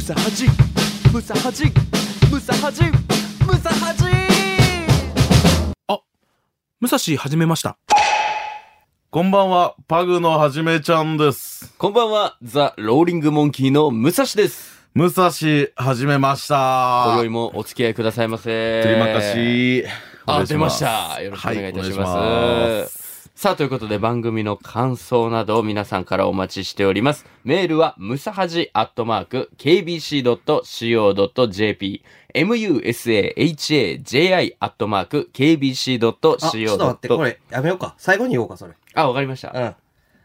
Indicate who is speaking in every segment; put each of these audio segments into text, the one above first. Speaker 1: サハジムサハジムサハジムサハジ
Speaker 2: 武蔵始めました。
Speaker 3: こんばんは、パグのはじめちゃんです。
Speaker 4: こんばんは、ザ・ローリング・モンキーの武蔵です。
Speaker 3: 武蔵、はじめました。
Speaker 4: 今宵もお付き合いくださいませ。
Speaker 3: とりまかし。お願
Speaker 4: あ、
Speaker 3: いし
Speaker 4: 出ますした。よろしくお願いいたします。
Speaker 3: はいお願いします
Speaker 4: さあ、ということで番組の感想などを皆さんからお待ちしております。メールは、ムサハジアットマーク、kbc.co.jp、musahaji アットマーク、
Speaker 5: あ、ちょっと待って、こ
Speaker 4: kbc.co.jp。
Speaker 5: れ、やめようか。最後に言おうか、それ。
Speaker 4: あ、わかりました。
Speaker 5: うん。か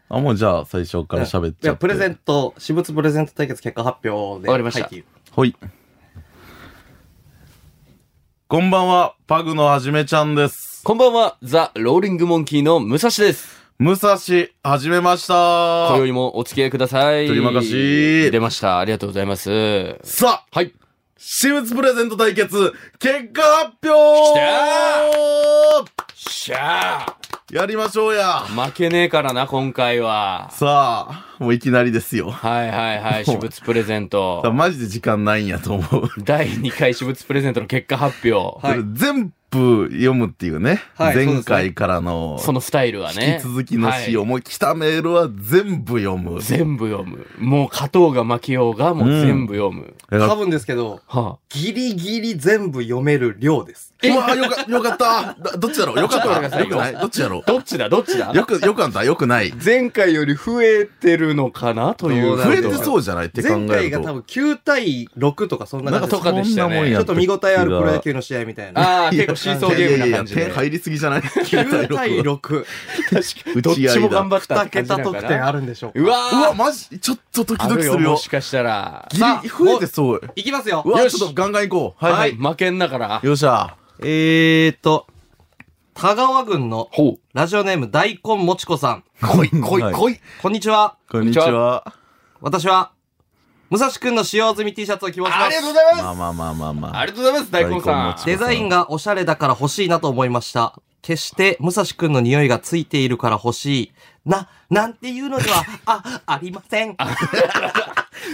Speaker 3: あ、もうじゃあ、最初から喋っちゃって。
Speaker 5: いや、プレゼ
Speaker 3: ン
Speaker 5: ント、私物プレゼント対決結果発表で。
Speaker 4: わかりました
Speaker 5: はいっていう
Speaker 3: ほい。こんばんは、パグのはじめちゃんです。
Speaker 4: こんばんは、ザ・ローリング・モンキーの武蔵です。
Speaker 3: 武蔵、はじめました。
Speaker 4: 今宵もお付き合いください。
Speaker 3: とりまかし
Speaker 4: 出ました。ありがとうございます。
Speaker 3: さあ、
Speaker 4: はい。
Speaker 3: 私物プレゼント対決、結果発表
Speaker 4: きしゃあ
Speaker 3: やりましょうや。
Speaker 4: 負けねえからな、今回は。
Speaker 3: さあ、もういきなりですよ。
Speaker 4: はいはいはい、
Speaker 3: もう
Speaker 4: 私物プレゼン
Speaker 3: 多分
Speaker 4: ト。
Speaker 3: マジで時間ないんやと思う。
Speaker 4: 第2回私物プレゼントの結果発表。
Speaker 5: はい
Speaker 3: これ全部読むっていうね、
Speaker 5: はい
Speaker 3: 前回からの
Speaker 4: そのスタイルはね。
Speaker 3: 引き続きのし、
Speaker 4: はい
Speaker 3: 思い来たメールは全部読む。
Speaker 4: 全部読む。もう勝とうが負けようが、もう全部読む。
Speaker 3: だ
Speaker 5: 多
Speaker 3: か
Speaker 5: 分ですけど、
Speaker 4: は
Speaker 5: ギリギリ全部読める量です。
Speaker 3: らうわよか、よかっただどっちだろうよか
Speaker 4: ちょっと
Speaker 3: っ
Speaker 4: 待
Speaker 3: た
Speaker 4: って
Speaker 3: よ
Speaker 4: く
Speaker 3: く
Speaker 4: だ
Speaker 3: な
Speaker 4: さい
Speaker 3: いどっちだろ
Speaker 4: あ、どっちだどっちだ
Speaker 3: うよく、よかったよくない。
Speaker 4: 前回より増えてるのかなという。
Speaker 3: 増えて
Speaker 4: う。
Speaker 3: そうじゃないって考え
Speaker 5: 前
Speaker 3: ると。
Speaker 5: 回が多分9対6とかそんな
Speaker 3: なん
Speaker 5: 感
Speaker 3: かそ
Speaker 4: と
Speaker 5: じです
Speaker 4: かでしたね
Speaker 3: んなもんや
Speaker 5: ちょっと見応えあるプロ野
Speaker 3: 球
Speaker 5: 球の試合みたいな。
Speaker 4: ああ、結構シーソーゲームな感じ
Speaker 3: いやいやいや、
Speaker 4: で。
Speaker 3: 点入りすぎじゃない
Speaker 5: 9対
Speaker 3: ?9
Speaker 5: 6。
Speaker 3: 対6。
Speaker 4: どっちも頑張った
Speaker 5: 2
Speaker 4: って感じ
Speaker 5: 桁
Speaker 4: なの
Speaker 5: 得
Speaker 4: かな
Speaker 5: 点あるんでしょうか。
Speaker 4: うわ
Speaker 3: うわ、
Speaker 4: ー
Speaker 3: マジちょっとドキ
Speaker 4: あ
Speaker 3: ドキ
Speaker 4: る
Speaker 3: す
Speaker 4: よ、
Speaker 3: るよ
Speaker 4: もし。かしたら。
Speaker 3: ギリ、増えてそう。
Speaker 5: いきますよ
Speaker 3: う。わ、
Speaker 4: よ
Speaker 3: ち
Speaker 4: し
Speaker 3: ょっとガンガン行こう。はい
Speaker 4: は、
Speaker 3: はいい。
Speaker 4: 負けんなから。
Speaker 3: よっしゃ。
Speaker 5: えーと、田川郡の
Speaker 4: ほう。
Speaker 5: ラジオネーム大根もちこさん。
Speaker 4: 来い、来
Speaker 3: はい
Speaker 4: い、来い。
Speaker 5: こんにちは。
Speaker 3: こんにち
Speaker 4: こんにち
Speaker 3: は。
Speaker 5: 私は、武蔵くんの使用済み T シャツを希望します。
Speaker 4: ござい
Speaker 3: まあまあまあまあまあ。
Speaker 4: ありがとうございます、大根
Speaker 3: 大根
Speaker 4: さ
Speaker 3: 餅
Speaker 4: ん。
Speaker 5: デザインがおしゃれだから欲しいなと思いました。決して、武蔵くんの匂いがついているから欲しい。な、なんていうのでは、あ、ありません。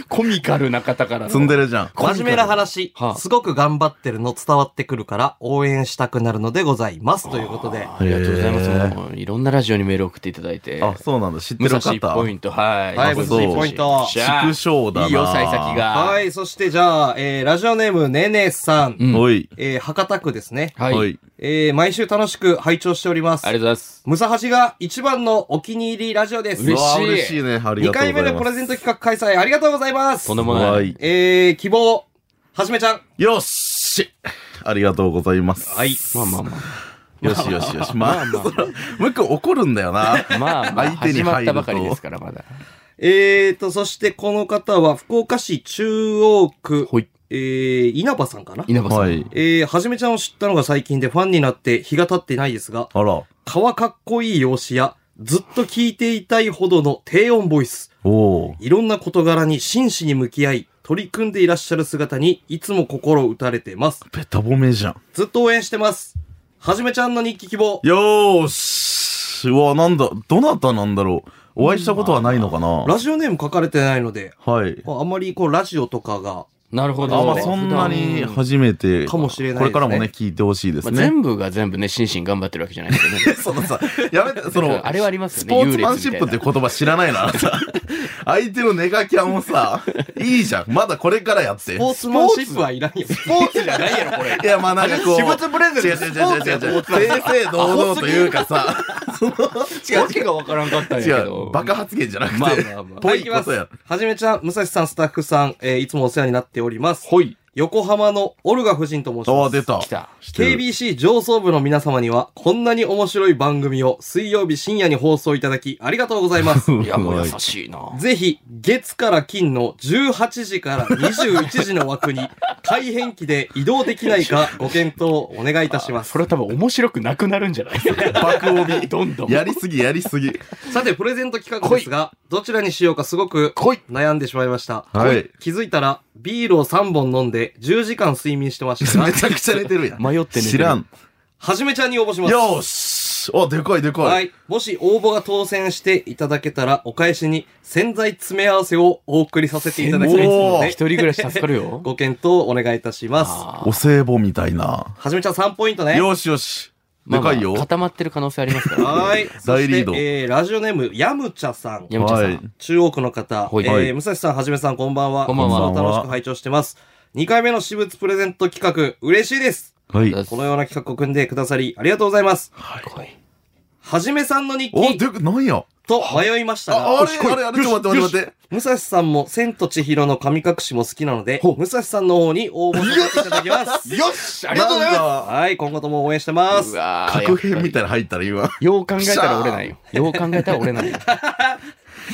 Speaker 4: コミカルな方からの
Speaker 3: 積んでるじゃん。
Speaker 5: 真面目な話
Speaker 4: は、あ
Speaker 5: すごく頑張ってるの伝わってくるから、応援したくなるのでございます。ということで。
Speaker 3: あ
Speaker 4: ありがとうございます。もういろんなラジオにメール送っていただいて。
Speaker 3: あ、そうなんだ。知って
Speaker 4: 武
Speaker 3: る
Speaker 4: 蔵
Speaker 3: 方。
Speaker 4: 1ポイ
Speaker 3: 縮
Speaker 4: ント、はい。
Speaker 5: はい
Speaker 3: 武蔵一ポ
Speaker 5: イント
Speaker 4: しゃあ
Speaker 3: 小だな。
Speaker 4: いいよ、幸先が。。
Speaker 5: はいい、そしてじゃあ、えー、ラジオネームねねさん。
Speaker 4: うん
Speaker 3: おい。
Speaker 5: えー、博多区ですね。
Speaker 4: はい。あ
Speaker 3: お
Speaker 4: り
Speaker 3: い。
Speaker 5: えー、毎週楽しく拝聴しております
Speaker 4: がとう。ございます。
Speaker 5: ムサハジが一番のお気に入りラジオです。
Speaker 4: 嬉しいう
Speaker 3: わ嬉しいね。あり
Speaker 5: 2
Speaker 3: がとうござい
Speaker 5: 回
Speaker 3: ます。
Speaker 5: 目のプレゼント企画開催ありがとうございます
Speaker 4: とん。でもな。
Speaker 3: はいい。
Speaker 5: えー、希望、はじめちゃん。
Speaker 3: よっしありがとうございます。はい。
Speaker 4: まあまあま
Speaker 3: よしよしよし。まあ、そらもう一個怒るんだよな。
Speaker 4: あ。まあまあ、
Speaker 3: 相手に
Speaker 4: 始ま
Speaker 3: 入
Speaker 4: っ
Speaker 3: ると
Speaker 4: たばかりですから、まだ。
Speaker 5: えーと、そしてこの方は福岡市中央区、
Speaker 4: ほい。
Speaker 5: えー、稲葉さんかな
Speaker 4: 稲葉さ
Speaker 3: は
Speaker 4: ん。
Speaker 3: い。
Speaker 5: えー、はじめちゃんを知ったのが最近でファンになって日が経ってないですが、
Speaker 3: あら。
Speaker 5: 皮かっこいい容姿や、ずっと聞いていたいほどの低音ボイス、
Speaker 3: おお。
Speaker 5: いろんな事柄に真摯に向き合い、取り組んでいらっしゃる姿にいつも心打たれてます。
Speaker 3: べた褒めじゃん。
Speaker 5: ずっと応援してます。はじめちゃんの日記希望。
Speaker 3: よーし。うわ、なんだ。どなたなんだろう。お会いしたことはないのかな
Speaker 5: ラジオネーム書かれてないので、
Speaker 3: はい。
Speaker 5: あんまりこうラジオとかが、
Speaker 4: なるほど。
Speaker 3: あ、まあそんなに初めて。
Speaker 5: かもしれないですね
Speaker 3: これからもね、聞いてほしいで
Speaker 4: ますあ
Speaker 3: ね。
Speaker 4: 全部が全部ね、心身頑張ってるわけじゃないです よね。
Speaker 3: そのさ、やめて、 その、
Speaker 4: あれはあります
Speaker 3: ス
Speaker 4: よね。
Speaker 3: ポーツマンシップって
Speaker 4: 優劣みたいな
Speaker 3: 言葉知らないな。相手のネガキャンをさ、いいじゃん。まだこれからやって。
Speaker 5: ス
Speaker 3: い
Speaker 5: ポーツマンシップはいらんよ。
Speaker 4: スポーツじゃないやろ、これ。
Speaker 3: や、まあなんかこう。
Speaker 4: 私物プレゼント
Speaker 3: 違う違う違う違う違う。正々堂々というかさ、
Speaker 4: 違う。訳がわからんかったんや
Speaker 3: 違
Speaker 4: け
Speaker 3: う、
Speaker 4: ど。
Speaker 3: バカ発言じゃなく て。
Speaker 4: まあまあまあ。
Speaker 3: ぽ
Speaker 5: はい、い
Speaker 3: い
Speaker 5: き
Speaker 3: こ
Speaker 5: ま
Speaker 3: と
Speaker 5: す。
Speaker 3: や
Speaker 5: は。じめちゃん、武蔵さん、スタッフさん、えーいつもお世話になっております。
Speaker 4: ほい。
Speaker 5: 横浜のオルガ夫人と申し
Speaker 3: あ
Speaker 5: ま
Speaker 3: あ、
Speaker 5: す。
Speaker 3: 出た。
Speaker 4: 来た。
Speaker 3: 知ってる
Speaker 5: KBC 上層部の皆様には、こんなに面白い番組を水曜日深夜に放送いただき、ありがとうございま す。
Speaker 4: いや、もう優しいな。
Speaker 5: ぜひ、月から金の18時から21時の枠に、改変期で移動できないかご検討をお願いいたします
Speaker 4: そ。れは多分面白くなくなるんじゃない
Speaker 3: 爆帯。
Speaker 4: どんどん。
Speaker 3: やりすぎ、やりすぎ。
Speaker 5: さて、プレゼント企画ですが、どちらにしようかすごく
Speaker 4: 来い。
Speaker 5: 悩んでしまいました。
Speaker 3: はい。
Speaker 5: 気づいたら、ビールを3本飲んで10時間睡眠してました が
Speaker 3: めちゃくちゃ寝てるやん。
Speaker 4: 迷って寝てる
Speaker 3: 知らん。
Speaker 5: はじめちゃんに応募します。
Speaker 3: よーしし。あ、でかいでかい。
Speaker 5: はい。もし応募が当選していただけたら、お返しに洗剤詰め合わせをお送りさせていただきますの
Speaker 3: おー
Speaker 5: で
Speaker 4: 一、人暮らし助か るよ。
Speaker 5: ご検討お願いいたします。
Speaker 4: あー
Speaker 3: お歳暮みたいな。
Speaker 5: はじめちゃん3ポイントね。
Speaker 3: よしよし。
Speaker 4: ま
Speaker 3: で
Speaker 4: あまあ
Speaker 3: かいよ。
Speaker 4: 固まってる可能性あ りますからね。
Speaker 5: はい。
Speaker 3: 大リード
Speaker 5: そしてえー、ラジオネーム、やむちゃさん。
Speaker 4: 山ちゃんさ
Speaker 3: はい
Speaker 4: ん。
Speaker 5: 中央区の方、
Speaker 4: はい
Speaker 5: えー、武蔵さん、はじめさん、こんばんは。
Speaker 4: こんばん
Speaker 3: は
Speaker 5: いつも楽しく拝聴してます。2回目の私物プレゼント企画、嬉しいです。
Speaker 3: はい。
Speaker 4: こ
Speaker 5: このような企画を組んでくださり、ありがとうございます。はじめさんの日
Speaker 3: お、
Speaker 5: 記
Speaker 3: でか、なんや。
Speaker 5: と迷いました
Speaker 3: あ、
Speaker 5: が
Speaker 3: あ、れ、あれ、あれ、ちょっと待って待って待って。
Speaker 5: 武蔵さんも千と千尋の神隠しも好きなので、武蔵さんの方に応募させていただきます。
Speaker 3: よし
Speaker 4: ありがとうござい
Speaker 3: ま
Speaker 5: はい、今後とも応援してま
Speaker 4: う
Speaker 5: す。
Speaker 4: わー
Speaker 3: 核変み
Speaker 4: やっ
Speaker 3: た
Speaker 4: ぱ
Speaker 3: いなの入ったら言わ
Speaker 4: りよう考えたら折れないよ。よう考えたら折れ ないよ。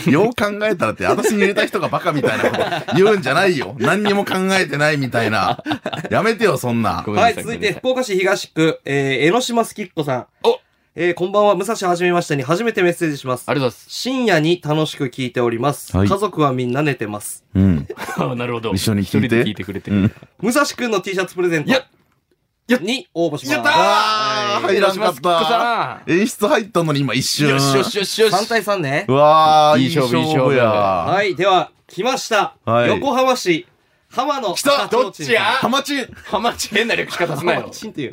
Speaker 3: ん。 よう考えたらって、私に入れた人がバカみたいなこと言うんじゃないよ。何にも考えてないみたいな。やめてよ、そんな
Speaker 4: ご。めんな
Speaker 5: は
Speaker 4: さ
Speaker 5: い、
Speaker 4: ご
Speaker 5: 続
Speaker 4: め
Speaker 5: い
Speaker 4: んな
Speaker 5: て、
Speaker 4: さ
Speaker 5: 福岡市東区、えー、江ノ島すきっこさん。
Speaker 4: お
Speaker 5: えー、こんばんは、武蔵はじめましてに初めてメッセージします。
Speaker 4: ありがとうござ
Speaker 5: 深夜に楽しく聞いております。
Speaker 3: はい
Speaker 5: 家族はみんな寝てます。
Speaker 3: うん。
Speaker 4: います。 あなるほど。
Speaker 3: 一緒に聞いて
Speaker 4: 一人で聞いてくれて
Speaker 3: う
Speaker 4: る。
Speaker 3: ん。
Speaker 5: 武蔵くんの T シャツプレゼント。
Speaker 4: やや
Speaker 5: に応募します。
Speaker 4: やったー
Speaker 3: あー、
Speaker 5: はい
Speaker 3: 入らんかっ
Speaker 4: 広島
Speaker 3: た。
Speaker 4: さ
Speaker 3: 演出入ったのに今一瞬。
Speaker 4: ん。よしよしよしよし。
Speaker 5: 3対3ね
Speaker 3: う。わー、い
Speaker 4: いい
Speaker 3: い
Speaker 4: 勝負
Speaker 3: 勝負や。
Speaker 5: はい、では、来ました。
Speaker 3: はい
Speaker 5: 横浜市、浜野。
Speaker 3: 来た
Speaker 4: どっちや
Speaker 3: ハマチン
Speaker 4: ハマチ変な略し方すな
Speaker 5: 浜
Speaker 4: よ
Speaker 5: 野。チンっていう。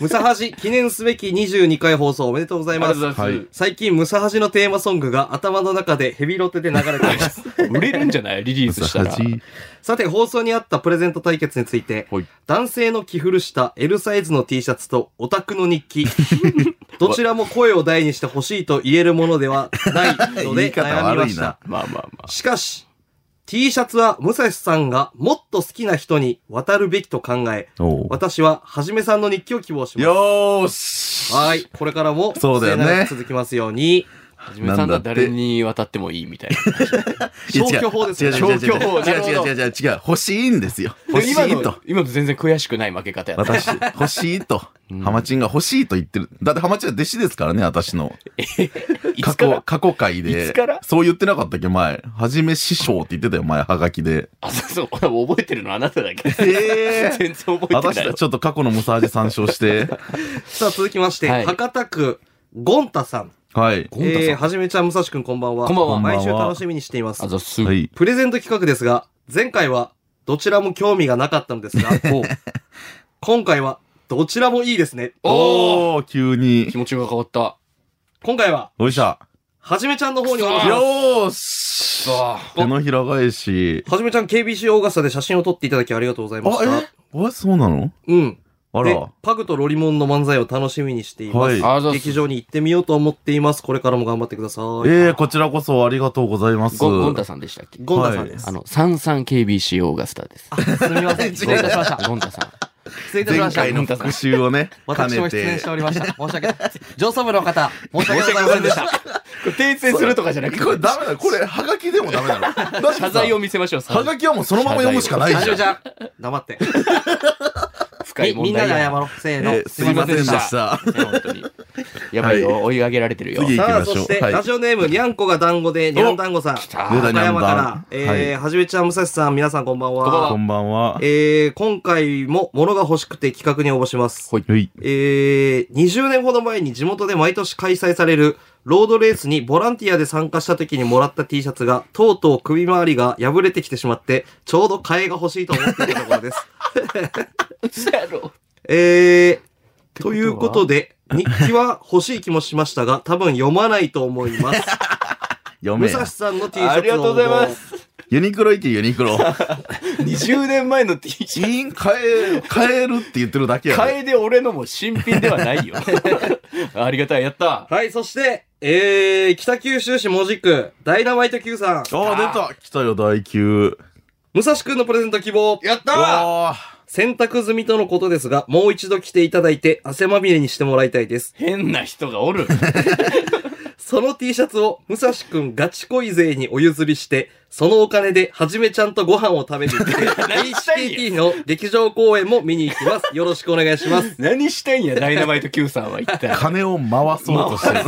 Speaker 5: ムサハジ、記念すべき22回放送おめでとうござい
Speaker 4: ありが
Speaker 5: ま
Speaker 4: とうござ
Speaker 5: す。
Speaker 4: います。
Speaker 3: はい
Speaker 5: 最近、ムサハジのテーマソングが頭の中でヘビロテで流れています。
Speaker 4: 売れるんじゃないリリースしたら。
Speaker 5: さて、放送にあったプレゼント対決について
Speaker 4: はい、
Speaker 5: 男性の着古した L サイズの T シャツとオタクの日記。どちらも声を大にして欲しいと言えるものではないの
Speaker 3: 言
Speaker 5: で
Speaker 3: い方
Speaker 5: 悩みまし
Speaker 3: 悪いな
Speaker 5: た。
Speaker 4: まあまあま
Speaker 5: しかし、T シャツは武蔵さんがもっと好きな人に渡るべきと考え、
Speaker 3: おう
Speaker 5: 私ははじめさんの日記を希望しま
Speaker 3: よーし
Speaker 5: す。はい。これからも、
Speaker 3: そうだよね
Speaker 5: 末永く続きますように。
Speaker 4: あ。はじめさんが誰に渡ってもいいみたいな。
Speaker 5: 消去法ですね
Speaker 3: 違う違う違う違う
Speaker 4: 消去法なるほど
Speaker 3: 違う違う違う違う違う。欲しいんですよ。欲し
Speaker 4: 今
Speaker 3: い
Speaker 4: の
Speaker 3: と。、
Speaker 4: 今の全然悔しくない負け方やった。
Speaker 3: 私、 欲しいと。ハマチンが欲しいと言ってる。だってハマチンは弟子ですからね、私の。
Speaker 4: い
Speaker 3: 過
Speaker 4: つか
Speaker 3: 去、
Speaker 4: ら
Speaker 3: 過去回
Speaker 4: いつ
Speaker 3: で
Speaker 4: から。
Speaker 3: そう言ってなかったっけ、前。はじめ師匠って言ってたよ、前、はがきで。
Speaker 4: あ、そうそう。覚えてるのあなただけ。
Speaker 3: え
Speaker 4: 全然覚えてない
Speaker 3: 私たち。ちょっと過去のムサージ参照 して。
Speaker 5: さあ、続きまして、
Speaker 4: はい
Speaker 5: 博多区、ゴンタさん。
Speaker 3: はい。
Speaker 4: ゴンタさん
Speaker 5: えーはじめちゃん、武蔵くんこんばんは。
Speaker 4: こんばんは
Speaker 5: 毎週楽しみにしています
Speaker 4: あ。ざっす。
Speaker 3: はい。
Speaker 5: プレゼント企画ですが、前回はどちらも興味がなかったのです が、今回はどちらもいいですね。
Speaker 4: おー
Speaker 3: おー、急に
Speaker 4: 気。持ちが変わった。
Speaker 5: 今回は、
Speaker 3: おいしゃ。
Speaker 5: はじめちゃんの方にお願いし
Speaker 4: あ
Speaker 5: ま
Speaker 4: よ
Speaker 5: す。
Speaker 3: よーし
Speaker 4: あ
Speaker 3: 手のひら返し。
Speaker 5: はじめちゃん KBC オーガスタで写真を撮っていただきありがとうございました。
Speaker 3: あ、えあ、そうなの
Speaker 5: うん。
Speaker 3: あ
Speaker 5: で
Speaker 3: ら。、
Speaker 5: パグとロリモンの漫才を楽しみにしています。
Speaker 3: はい
Speaker 4: あざっ
Speaker 5: 劇
Speaker 4: す。
Speaker 5: 場に行ってみようと思っています。これからも頑張ってください。
Speaker 3: ええこちらこそありがとうございます。
Speaker 4: ゴンゴンタさんでしたっけ
Speaker 5: ゴンダさんです。
Speaker 4: あの、33KBC オーガスタです。
Speaker 5: すみま せん。失礼いたしました。
Speaker 4: ゴンタさん。
Speaker 5: 失礼いたしま
Speaker 3: 前
Speaker 5: した。
Speaker 3: 回の復習をね、兼
Speaker 5: 私も
Speaker 3: ね
Speaker 5: 出演
Speaker 3: て
Speaker 5: して。おりました。申し訳ない。上層部の 方、申し訳ございませんでした。
Speaker 4: 訂正するとかじゃな
Speaker 3: これダメだ。これ、はがきでもダメだろ。だってさ
Speaker 4: 謝罪を。見せましょう。
Speaker 3: はがきはもうそのまま読むしかない
Speaker 5: は
Speaker 3: じ
Speaker 5: じ
Speaker 3: ゃ
Speaker 5: め
Speaker 3: ん
Speaker 5: ち。ゃん、黙って。
Speaker 4: 深い
Speaker 5: み
Speaker 4: 問
Speaker 5: みんな
Speaker 4: 題
Speaker 5: で謝
Speaker 4: や。
Speaker 5: ろう。せーの
Speaker 3: え。ーすいませんで
Speaker 5: さ
Speaker 3: した。
Speaker 4: 本当に。やばいよ。追い上げられてるよ。
Speaker 3: 次
Speaker 5: あ、
Speaker 3: 行き
Speaker 5: そ
Speaker 3: ましょう
Speaker 5: して、
Speaker 3: はい
Speaker 5: ラジオネーム、にゃんこが団子で、にゃんだんごさん。
Speaker 4: た
Speaker 3: 出た
Speaker 5: 岡山
Speaker 3: にゃん
Speaker 5: か
Speaker 3: だ
Speaker 5: ら
Speaker 3: ん、
Speaker 5: えー、はじめちゃん、むさしさん、皆さんこんばんは。
Speaker 4: こんばんは
Speaker 3: こんばんは。
Speaker 5: えー、今回も物が欲しくて企画に応募します。
Speaker 3: はい。
Speaker 5: えー、20年ほど前に地元で毎年開催されるロードレースにボランティアで参加した時にもらった T シャツが、とうとう首周りが破れてきてしまって、ちょうど替えが欲しいと思っていたところです。
Speaker 4: 嘘やろ。
Speaker 5: えー、ということで、日記は欲しい気もしましたが、多分読まないと思います。
Speaker 3: 読
Speaker 5: 武
Speaker 3: め
Speaker 5: 蔵
Speaker 3: や。
Speaker 5: さんの T シャツの
Speaker 4: ありがとうございま。す。
Speaker 3: ユニクロ行け、ユニクロ。
Speaker 4: 20年前の T シャツ。
Speaker 3: いいん、買え、買えるって言ってるだけやろ。
Speaker 4: 替えで俺のも新品ではな いよ。ありがたい。やった。
Speaker 5: はい、そして、えー、北九州市門司区、ダイナマイト Q さん、
Speaker 3: ああ、出た来たよ、第9。
Speaker 5: 武蔵くんのプレゼント希望。
Speaker 4: やった
Speaker 3: わ
Speaker 5: 洗濯済みとのことですが、もう一度来ていただいて、汗まみれにしてもらいたいです。
Speaker 4: 変な人 がおる。
Speaker 5: その T シャツを、武蔵くんガチ恋勢にお譲りして、そのお金で、はじめちゃんとご飯を食べに 行って、
Speaker 4: 何したいんや
Speaker 5: HTT の劇場公演も見に行きます。よろしくお願いし ます。
Speaker 4: 何したいんや、ダイナマイト Q さんは一 体。
Speaker 3: 金を回そうとしてる。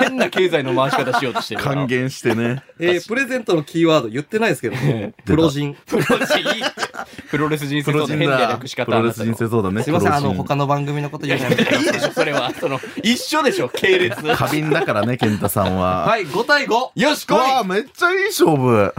Speaker 4: 変な経済の回し方しようとしてるから。
Speaker 3: 還元してね。
Speaker 5: えープレゼントのキーワード言ってないですけ ども、プロ人。
Speaker 4: プロ人いいって。プロレス人生
Speaker 3: プ
Speaker 4: 相
Speaker 3: ロ
Speaker 4: 談
Speaker 3: 人
Speaker 4: 変な
Speaker 3: だ。
Speaker 4: 略し方
Speaker 3: プロレス人生相談ね。
Speaker 5: すいません、あの、
Speaker 3: プロ人
Speaker 5: 他の番組のこと言うのやめてください
Speaker 4: いいでしょ、それは。その、一緒でしょ、系列。
Speaker 3: 過敏だからね、健太さんは。
Speaker 5: はい、5対 5!
Speaker 4: よし、
Speaker 3: う
Speaker 4: 来い
Speaker 3: わあめっちゃいい勝負。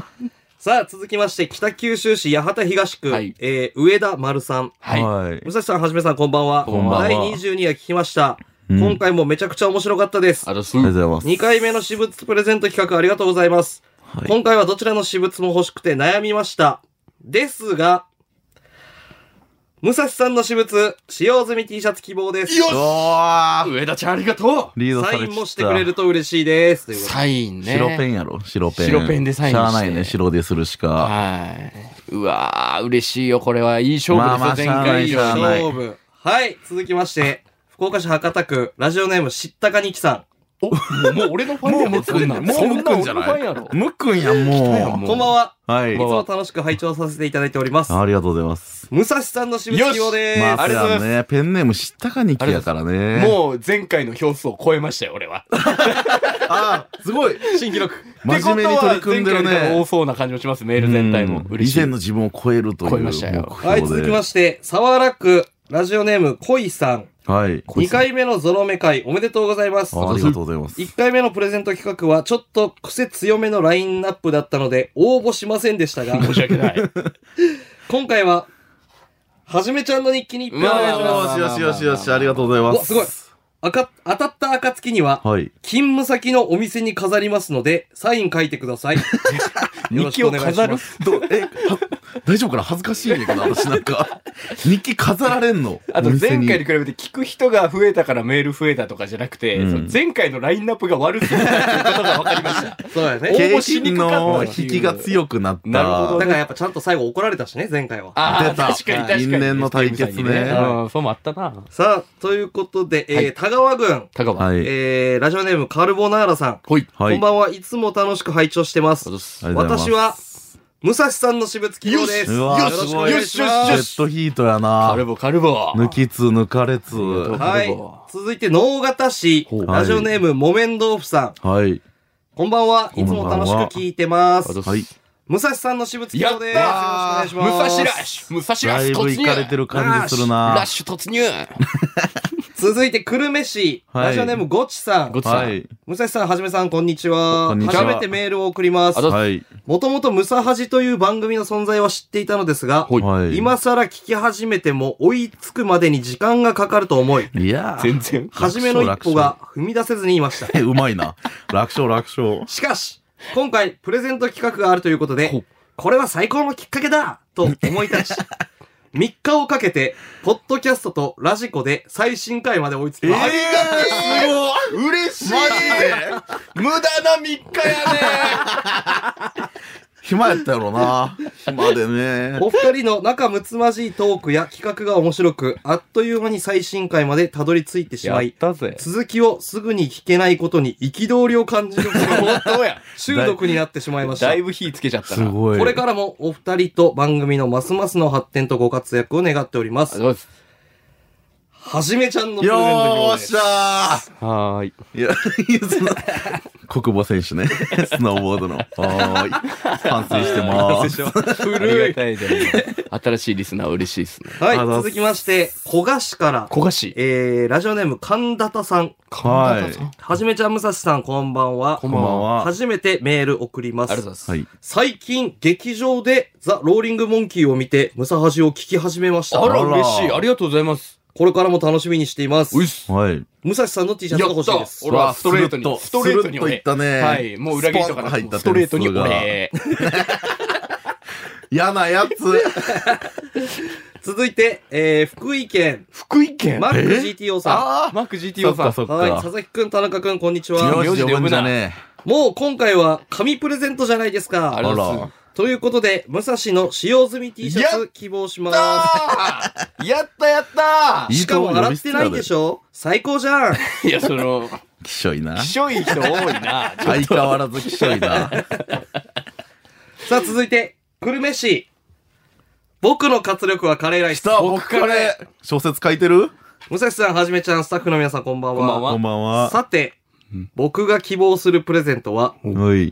Speaker 5: さあ、続きまして、北九州市八幡東区、
Speaker 4: はい
Speaker 5: えー、上田丸さん。
Speaker 4: はい。
Speaker 3: はい
Speaker 5: 武。蔵さん、はじめさん、こんばんは。
Speaker 4: こんばんは
Speaker 5: 第22話聞きました、
Speaker 3: うん
Speaker 5: 今回もめちゃくちゃ面白かったです。
Speaker 4: あとす
Speaker 3: ありがとうござい
Speaker 5: 2回目の私物プレゼント企画ありがとうございます。
Speaker 3: はい
Speaker 5: 今回はどちらの私物も欲しくて悩みました。ですが、武蔵さんの私物、使用済み T シャツ希望です。
Speaker 3: ます。うわあ
Speaker 4: 上田ちゃんありがと
Speaker 3: リードさ
Speaker 5: サ
Speaker 3: れ
Speaker 5: インも
Speaker 3: き
Speaker 5: してくれ
Speaker 3: た
Speaker 5: ると嬉しいです。という
Speaker 4: う
Speaker 5: ことで
Speaker 4: サインね。
Speaker 3: 白ペンやろ白ペン。
Speaker 4: 白ペンでサインして
Speaker 3: しゃあないね、白でするしか。
Speaker 4: はい。うわー、嬉しいよ、これは。いい勝
Speaker 3: まあま
Speaker 4: 負
Speaker 3: あ
Speaker 4: です
Speaker 3: し
Speaker 4: よ、
Speaker 3: ゃあ
Speaker 4: 前
Speaker 3: ない
Speaker 4: 回以
Speaker 3: しゃあ
Speaker 4: 上
Speaker 3: ない
Speaker 4: に。
Speaker 5: 勝負。はい、続きまして、福岡市博多区、ラジオネーム、知ったかにきさ
Speaker 4: おもうもう俺のファンやろ、そんなん。
Speaker 3: もう
Speaker 4: そん
Speaker 3: もう来る
Speaker 4: なんん
Speaker 3: じ
Speaker 4: 俺
Speaker 3: ゃ
Speaker 4: の
Speaker 3: ない
Speaker 4: ファンやろ。
Speaker 3: むっくんやん、も
Speaker 5: ん。
Speaker 4: もう
Speaker 5: こんばんは。
Speaker 3: う。はい
Speaker 5: いつ。も楽しく拝聴させていただいております。
Speaker 3: ありがとうございます。
Speaker 5: 武蔵さんの私物希望です。
Speaker 3: まあ、
Speaker 4: ありがとうございます
Speaker 3: せやね、ペンネーム知ったかにきやからね。う、
Speaker 4: もう前回の票数を超えましたよ、俺は。
Speaker 3: ああ、すごい。
Speaker 4: 新記録。
Speaker 3: 真面目に取り組んでるね
Speaker 4: ってことは前回より多そうな感じもします、メール全体
Speaker 3: う。
Speaker 4: も
Speaker 3: ん
Speaker 4: 嬉しい。
Speaker 3: 以前の自分を超えるという。
Speaker 4: 超えましたよ
Speaker 5: はい、続きま
Speaker 3: し
Speaker 5: して、沢原区、ラジオネーム、こいさん。
Speaker 3: て。はい。
Speaker 5: 2回目のゾロ目会、おめでとうございます。
Speaker 3: あありがとうございます。
Speaker 5: 1回目のプレゼント企画は、ちょっと癖強めのラインナップだったので、応募しませんでしたが、
Speaker 4: 申し訳ない。
Speaker 5: 今回は、はじめちゃんの日記に一票お
Speaker 4: う
Speaker 5: 願いし
Speaker 4: わ
Speaker 5: ま
Speaker 3: よ
Speaker 4: ー
Speaker 3: しよしよしよし、ありがとうございます。
Speaker 5: うわすす。あか当たった暁には、
Speaker 3: はい。
Speaker 5: 勤務先のお店に飾りますので、サイン書いてください。よろ
Speaker 4: 日
Speaker 5: し
Speaker 4: 記
Speaker 5: くお
Speaker 4: を
Speaker 5: 願いし
Speaker 4: 飾る
Speaker 5: ます。
Speaker 3: どえは大丈夫かな恥ずかしいんやけど、私なん か。日記飾られんの。
Speaker 4: あと
Speaker 3: お
Speaker 4: 前
Speaker 3: 店
Speaker 4: 回
Speaker 3: に
Speaker 4: に比べて聞く人が増えたからメール増えたとかじゃなくて、
Speaker 3: うん
Speaker 4: その前回のラインナップが悪すぎたっていうことが分かりま した。
Speaker 5: そうだよね。
Speaker 4: え
Speaker 3: 景
Speaker 4: 応募しに
Speaker 3: 品
Speaker 4: くかった
Speaker 3: の引きが強くなった。
Speaker 4: なるほど
Speaker 5: だからやっぱちゃんと最後怒られたしね、前回は。
Speaker 4: あー
Speaker 3: 出た
Speaker 4: 確かに確かに。
Speaker 3: 因縁の対決ね
Speaker 4: うん、そうもあったな。
Speaker 5: さあ、ということで、えー
Speaker 4: はい
Speaker 5: 田川郡、
Speaker 4: 高場。
Speaker 3: はい。
Speaker 5: えー、ラジオネームカルボナーラさん。
Speaker 4: ほい。
Speaker 3: はい。
Speaker 5: こんばんはいつも楽しく拝聴してます。
Speaker 3: ありがとうござ
Speaker 5: 私
Speaker 3: いま
Speaker 5: は、武蔵さんの私物希望です。
Speaker 3: う
Speaker 5: よ
Speaker 3: わ
Speaker 5: ろしくお願いします。
Speaker 4: よ
Speaker 3: す。
Speaker 4: し
Speaker 3: デッドヒートや
Speaker 4: カル
Speaker 3: な。
Speaker 4: ボ、カルボ。
Speaker 3: 抜きつ抜かれつ。
Speaker 4: と
Speaker 5: はい
Speaker 4: ほ。
Speaker 5: 続いて、能形市、
Speaker 3: う
Speaker 5: ラジオネーム、木綿豆腐さん。
Speaker 3: はい。
Speaker 5: こんばんはいつも楽しく聞いてます。
Speaker 3: はい。
Speaker 5: 武蔵さんの私物希望です。よろしくお
Speaker 4: やった
Speaker 5: 願いし
Speaker 4: 武
Speaker 5: ます。
Speaker 4: 蔵ラッシュ武蔵ラ
Speaker 3: だ
Speaker 4: ッシ
Speaker 3: い
Speaker 4: ュ
Speaker 3: ぶ
Speaker 4: 突
Speaker 3: い
Speaker 4: 入
Speaker 3: かれてる感じする
Speaker 4: ラ
Speaker 3: な
Speaker 4: ッ。シュ 突入
Speaker 5: 続いて、久留米市、
Speaker 3: はい
Speaker 5: ラジオネーム、ごちさん
Speaker 4: ご。ちさん。
Speaker 3: はい。
Speaker 5: 武蔵さん、はじめさん、こんにちは。
Speaker 3: こんにちは
Speaker 5: 初めてメールを送ります
Speaker 4: あ。どうぞ
Speaker 3: はい。
Speaker 5: もともとムサハジという番組の存在は知っていたのですが、
Speaker 4: ほい
Speaker 3: はい。
Speaker 5: 今更聞き始めても追いつくまでに時間がかかると思い、
Speaker 3: いやー
Speaker 4: 全然。
Speaker 5: 初めの一歩が踏み出せずにいました。
Speaker 3: え うまいな。楽勝楽勝。
Speaker 5: しかし、今回プレゼント企画があるということ
Speaker 4: ほ
Speaker 5: で
Speaker 4: う、
Speaker 5: これは最高のきっかけだと思い立ち、3日をかけて、ポッドキャストとラジコで最新回まで追いつきました。
Speaker 4: すごい嬉しい無駄な3日やね
Speaker 3: 暇やったやろな。暇で ね。
Speaker 5: お二人の仲睦まじいトークや企画が面白く、あっという間に最新回までたどり着いてしまい、
Speaker 4: たぜ。
Speaker 5: 続きをすぐに聞けないことに憤りを感じる ほど
Speaker 4: 本当や。
Speaker 5: 中毒になってしまいました
Speaker 4: だ。いぶ火つけちゃった
Speaker 3: す
Speaker 4: な。あ
Speaker 3: ごい。
Speaker 5: これからもお二人と番組のますますの発展とご活躍を願っております。
Speaker 4: どうです
Speaker 5: はじめちゃんのプレ
Speaker 3: よ
Speaker 5: ゼント業
Speaker 3: ー
Speaker 5: で
Speaker 3: しゃ
Speaker 4: はーい。
Speaker 3: ーいや、いやその国母選手ね。スノーボードの。はーい。反省してまーす。
Speaker 4: 古い。ありがたいでも新しいリスナー嬉しいですね。
Speaker 5: はい、
Speaker 3: ありがとうございます
Speaker 5: 続きまして、古賀市から、
Speaker 4: 焦がし。
Speaker 5: えー、ラジオネーム神田田さん。
Speaker 3: はい。
Speaker 5: はじめちゃん武蔵さんこんばんは
Speaker 4: こ。んば
Speaker 3: こん
Speaker 4: ん
Speaker 3: ばん
Speaker 4: は。
Speaker 3: は。
Speaker 5: 初めてメール送りま
Speaker 4: ありがとうござい
Speaker 5: す。
Speaker 4: ます。
Speaker 3: はい。
Speaker 5: 最近、劇場でザ・ローリング・モンキーを見て、ムサハジを聞き始めました。
Speaker 4: あら、
Speaker 3: あら
Speaker 4: 嬉しい。ありがとうございます。
Speaker 5: これからも楽しみにしています
Speaker 4: う。っす。
Speaker 3: はい。
Speaker 5: 武蔵さんの T シャツが欲しいです。
Speaker 4: やった俺はストレートに
Speaker 3: スルッと
Speaker 4: ストレートに
Speaker 3: スルッといったね。
Speaker 4: はい。もう裏切りとかな
Speaker 3: スポンと入った
Speaker 4: ストレートに
Speaker 3: 点数が
Speaker 4: 俺。
Speaker 3: 嫌なやつ。
Speaker 5: 続いて、えー、福井県、
Speaker 4: 福井県
Speaker 5: マック GTO さ
Speaker 3: あ
Speaker 4: マーク
Speaker 3: そ
Speaker 4: GTO
Speaker 3: っ
Speaker 4: さ
Speaker 3: か
Speaker 4: ん。
Speaker 3: そっ
Speaker 5: ん。はい、
Speaker 3: か
Speaker 5: 佐。々木くん、田中くん、こんにち
Speaker 4: よ
Speaker 5: は。
Speaker 3: 名字で呼ぶんじゃね
Speaker 5: もう今回は紙プレゼントじゃないです
Speaker 4: あ
Speaker 5: か。
Speaker 4: り
Speaker 3: え。
Speaker 4: が
Speaker 3: あ
Speaker 4: とうございま
Speaker 3: ら
Speaker 4: す。
Speaker 5: ということで、武蔵の使用済み T シャツ希望しま
Speaker 4: あーやったやった
Speaker 5: す。しかも洗ってないんでし
Speaker 3: ょ
Speaker 5: ょ最高じゃん。
Speaker 4: いや、その、
Speaker 3: きしょいな
Speaker 4: き。しょい人多いな。
Speaker 3: 相変わらずきしょいな。
Speaker 5: さあ続いて、グルメ誌。僕の活力はカレーライ
Speaker 3: 来
Speaker 5: ス。
Speaker 3: た、僕カレー。小説書いてる
Speaker 5: 武蔵さん、はじめちゃん、スタッフの皆さん、こんばんは。
Speaker 4: こんばんは
Speaker 3: こんばんは。
Speaker 5: さて、僕が希望するプレゼントは、
Speaker 3: はい。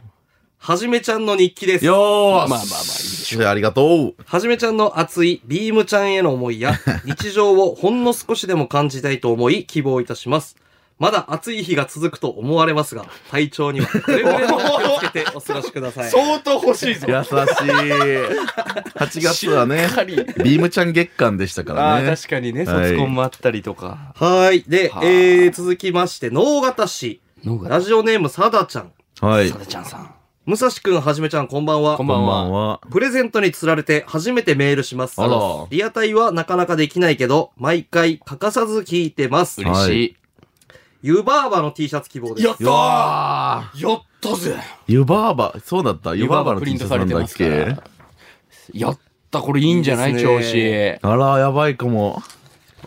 Speaker 5: はじめちゃんの日記です。
Speaker 3: よーし。
Speaker 4: まあまあまあいいで
Speaker 3: ありがとう。
Speaker 5: はじめちゃんの熱いビームちゃんへの思いや、日常をほんの少しでも感じたいと思い、希望いたします。まだ暑い日が続くと思われますが、体調にはくれぐれも気をつけてお過ごしください。
Speaker 4: 相当欲しいぞ
Speaker 3: 優しい。8月はね、ビームちゃん月間でしたから
Speaker 4: あ
Speaker 3: ね。
Speaker 4: ー確かにね、
Speaker 3: はい
Speaker 4: 卒コンもあったりとか。
Speaker 5: はい。で
Speaker 4: は、あ
Speaker 5: えー、続きまして、能形市。
Speaker 4: 野方
Speaker 5: ラジオネーム、さだちゃん。
Speaker 3: はい。
Speaker 4: さだちゃんさん。
Speaker 5: 武蔵くん、はじめちゃん、こんばんは。
Speaker 4: こんば
Speaker 3: こ
Speaker 4: ん
Speaker 3: んばん
Speaker 4: は。
Speaker 3: は。
Speaker 5: プレゼントに釣られて初めてメールします。
Speaker 3: あら
Speaker 5: リアタイはなかなかできないけど、毎回欠かさず聞いてます。
Speaker 3: ん
Speaker 4: 嬉し
Speaker 5: 湯婆婆の T シャツ希望で
Speaker 4: い。
Speaker 5: す。
Speaker 4: ったーやったぜ
Speaker 3: 湯婆婆、そうだった湯婆婆の T シャツなんだっ
Speaker 4: プリントされ
Speaker 3: け
Speaker 4: てますからやった、これいいんじゃない
Speaker 5: いいです
Speaker 4: 調
Speaker 5: ね
Speaker 4: 子。
Speaker 3: あら、やばいかも。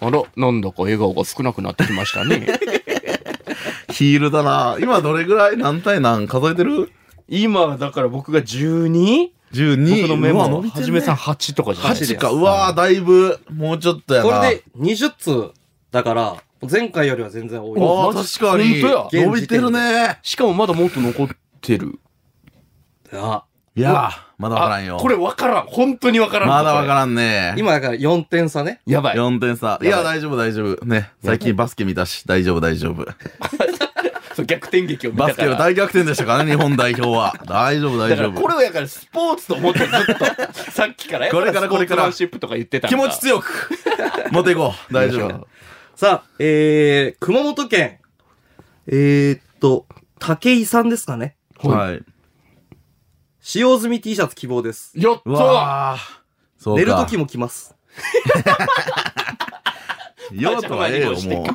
Speaker 4: あら、なんだか笑顔が少なくなってきましたね。
Speaker 3: ヒールだな。今どれぐらい何対何数えてる
Speaker 4: 今、だから僕が 12?
Speaker 3: 12
Speaker 4: 僕のメ
Speaker 3: うわ
Speaker 4: モ
Speaker 3: 伸び
Speaker 4: は
Speaker 3: て
Speaker 4: じ
Speaker 3: る
Speaker 4: めさん8とかじゃない
Speaker 5: 8
Speaker 3: 8か。うわーだいぶ、もうちょっとや
Speaker 5: こ
Speaker 3: な。
Speaker 5: れで20通だから、前回よりは全然多い。
Speaker 3: あ
Speaker 4: お
Speaker 3: あ、確かに。
Speaker 4: 本
Speaker 5: 当や
Speaker 3: 伸びてるね。
Speaker 4: しかもまだもっと残ってる。
Speaker 5: あ
Speaker 3: いやー、まだわからんよ。
Speaker 4: これわからん。本当にわからん。
Speaker 3: まだわか
Speaker 4: ん。
Speaker 3: らんね。
Speaker 5: 今だから4点差ね。
Speaker 4: やばい。
Speaker 3: 4点差。い
Speaker 4: やば
Speaker 3: や、
Speaker 4: い
Speaker 3: 大丈夫、大丈夫。ね。最近バスケ見たし、大丈夫、大丈夫。
Speaker 4: そう逆転劇を見
Speaker 3: バ
Speaker 4: た
Speaker 3: ス
Speaker 4: か
Speaker 3: ケ
Speaker 4: ら。
Speaker 3: の大逆転でしたからね、日本代表は。大丈夫、大
Speaker 4: だか
Speaker 3: 丈
Speaker 4: ら
Speaker 3: 夫。
Speaker 4: これをやからスポーツと思ってずっとさっきからやぱ
Speaker 3: これからこれから
Speaker 4: スポーツマンシップとか言ってたん
Speaker 3: 気
Speaker 4: だ
Speaker 3: 持ち強 く持っていこう。大丈
Speaker 4: よいし
Speaker 3: 夫。
Speaker 5: さあ、えー、熊本県。えー、っと、武井さんですかね。
Speaker 3: はい。
Speaker 5: 使用済み T シャツ希望です。
Speaker 4: やっ
Speaker 3: う
Speaker 4: た
Speaker 3: わあ。そうか。
Speaker 5: 寝る時も着ます。
Speaker 3: 用途はええよ、も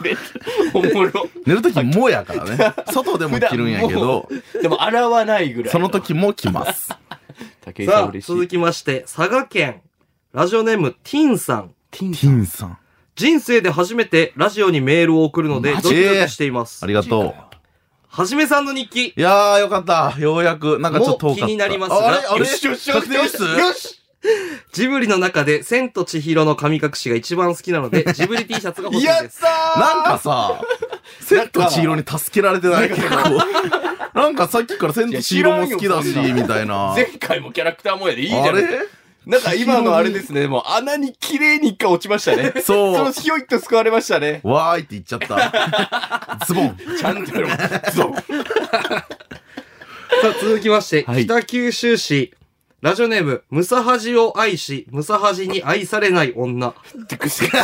Speaker 3: う。
Speaker 4: うおもろ
Speaker 3: 寝る時もやから ね。外でも着るんやけど、
Speaker 4: でも洗わないぐらい
Speaker 3: その時も着ます。
Speaker 4: 武井さん
Speaker 5: さあ、
Speaker 4: 嬉しい
Speaker 5: 続きまして、佐賀県。ラジオネーム、ティンさん。
Speaker 4: ティン
Speaker 3: ティンさん。
Speaker 5: 人生で初めてラジオにメールを送るので、
Speaker 4: マ
Speaker 5: ド
Speaker 4: ジ
Speaker 5: キドキしています
Speaker 3: あ。りがと
Speaker 5: はじめさんの日記。
Speaker 3: う。いやー、よかった。ようやく、なんかちょっと遠かった。
Speaker 5: もう気になりますが
Speaker 3: あれあれ
Speaker 4: よしよしよし
Speaker 3: 確定室
Speaker 4: よし
Speaker 5: ジブリの中で、千と千尋の神隠しが一番好きなので、ジブリ T シャツが欲しい
Speaker 4: やっ
Speaker 5: です。
Speaker 4: た
Speaker 3: なんかさ、千と千尋に助けられてない結構。なんかさっきから千と千尋も好きだし、
Speaker 4: いや知らんよそんな
Speaker 3: みたいな。
Speaker 4: 前回もキャラクターもやでいいじゃ
Speaker 3: あ
Speaker 4: ん
Speaker 3: れ
Speaker 4: なんか今のあれですねもう穴に綺麗に一回落ちましたね
Speaker 3: そう
Speaker 4: そのひょいっと救われましたね
Speaker 3: わーいって言っちゃった。ズボン。
Speaker 4: ちゃんとやろうそう
Speaker 5: さあ、続きまして、
Speaker 4: はい
Speaker 5: 北九州市。ラジオネーム、ムサハジを愛し、ムサハジに愛されない女
Speaker 4: ってくせ切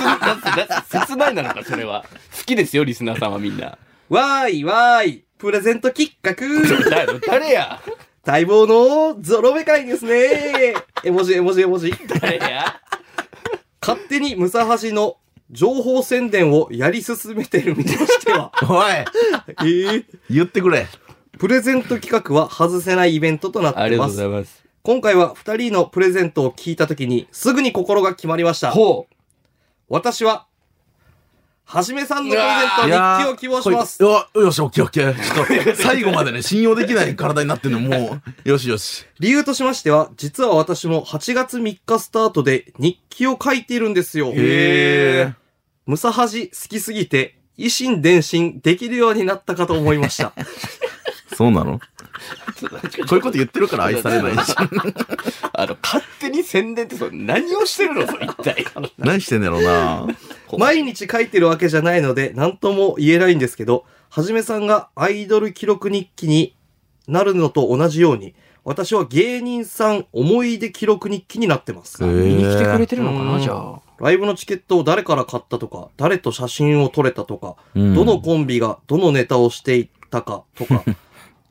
Speaker 4: ないなのかそれは好きですよリスナーさんはみんな
Speaker 5: わーいわーい、プレゼント企画
Speaker 4: だ誰や
Speaker 5: 待望のゾロ目会ですね絵文字絵文字絵文字。
Speaker 4: 誰や
Speaker 5: 勝手にムサハジの情報宣伝をやり進めてる身としては、
Speaker 3: おい
Speaker 5: えー
Speaker 3: 言ってくれ。
Speaker 5: プレゼント企画は外せないイベントとなっ
Speaker 4: あり
Speaker 5: て
Speaker 4: がとう
Speaker 5: ま
Speaker 4: ござい。
Speaker 5: す
Speaker 4: ます
Speaker 5: 今回は二人のプレゼントを聞いたときに、すぐに心が決まりました。
Speaker 4: ほう
Speaker 5: 私は、はじめさんのプレゼント
Speaker 3: いやー
Speaker 5: 日記を希望します。
Speaker 3: こいよよし、オッケーオッケー。ちょっと、最後までね、信用できない体になってんの、もう。よしよし。
Speaker 5: 理由としましては、実は私も8月3日スタートで日記を書いているんですよ。
Speaker 3: へ
Speaker 5: ムサハジ好きすぎて、維心伝心できるようになったかと思いました。
Speaker 3: ー。そうなのこういうこと言ってるから愛されないし。
Speaker 4: あの勝手に宣伝ってそれ何をしてるのそれ一体
Speaker 3: 何してんねやろな。
Speaker 5: 毎日書いてるわけじゃないので、何とも言えないんですけど、はじめさんがアイドル記録日記になるのと同じように、私は芸人さん思い出記録日記になってます。
Speaker 4: 見に来てくれ
Speaker 3: て。
Speaker 4: てるのか
Speaker 5: う
Speaker 4: なんじゃあ
Speaker 5: ライブのチケットを誰から買ったとか、誰と写真を撮れたとか、
Speaker 3: うん
Speaker 5: どのコンビがどのネタをしていたかと か、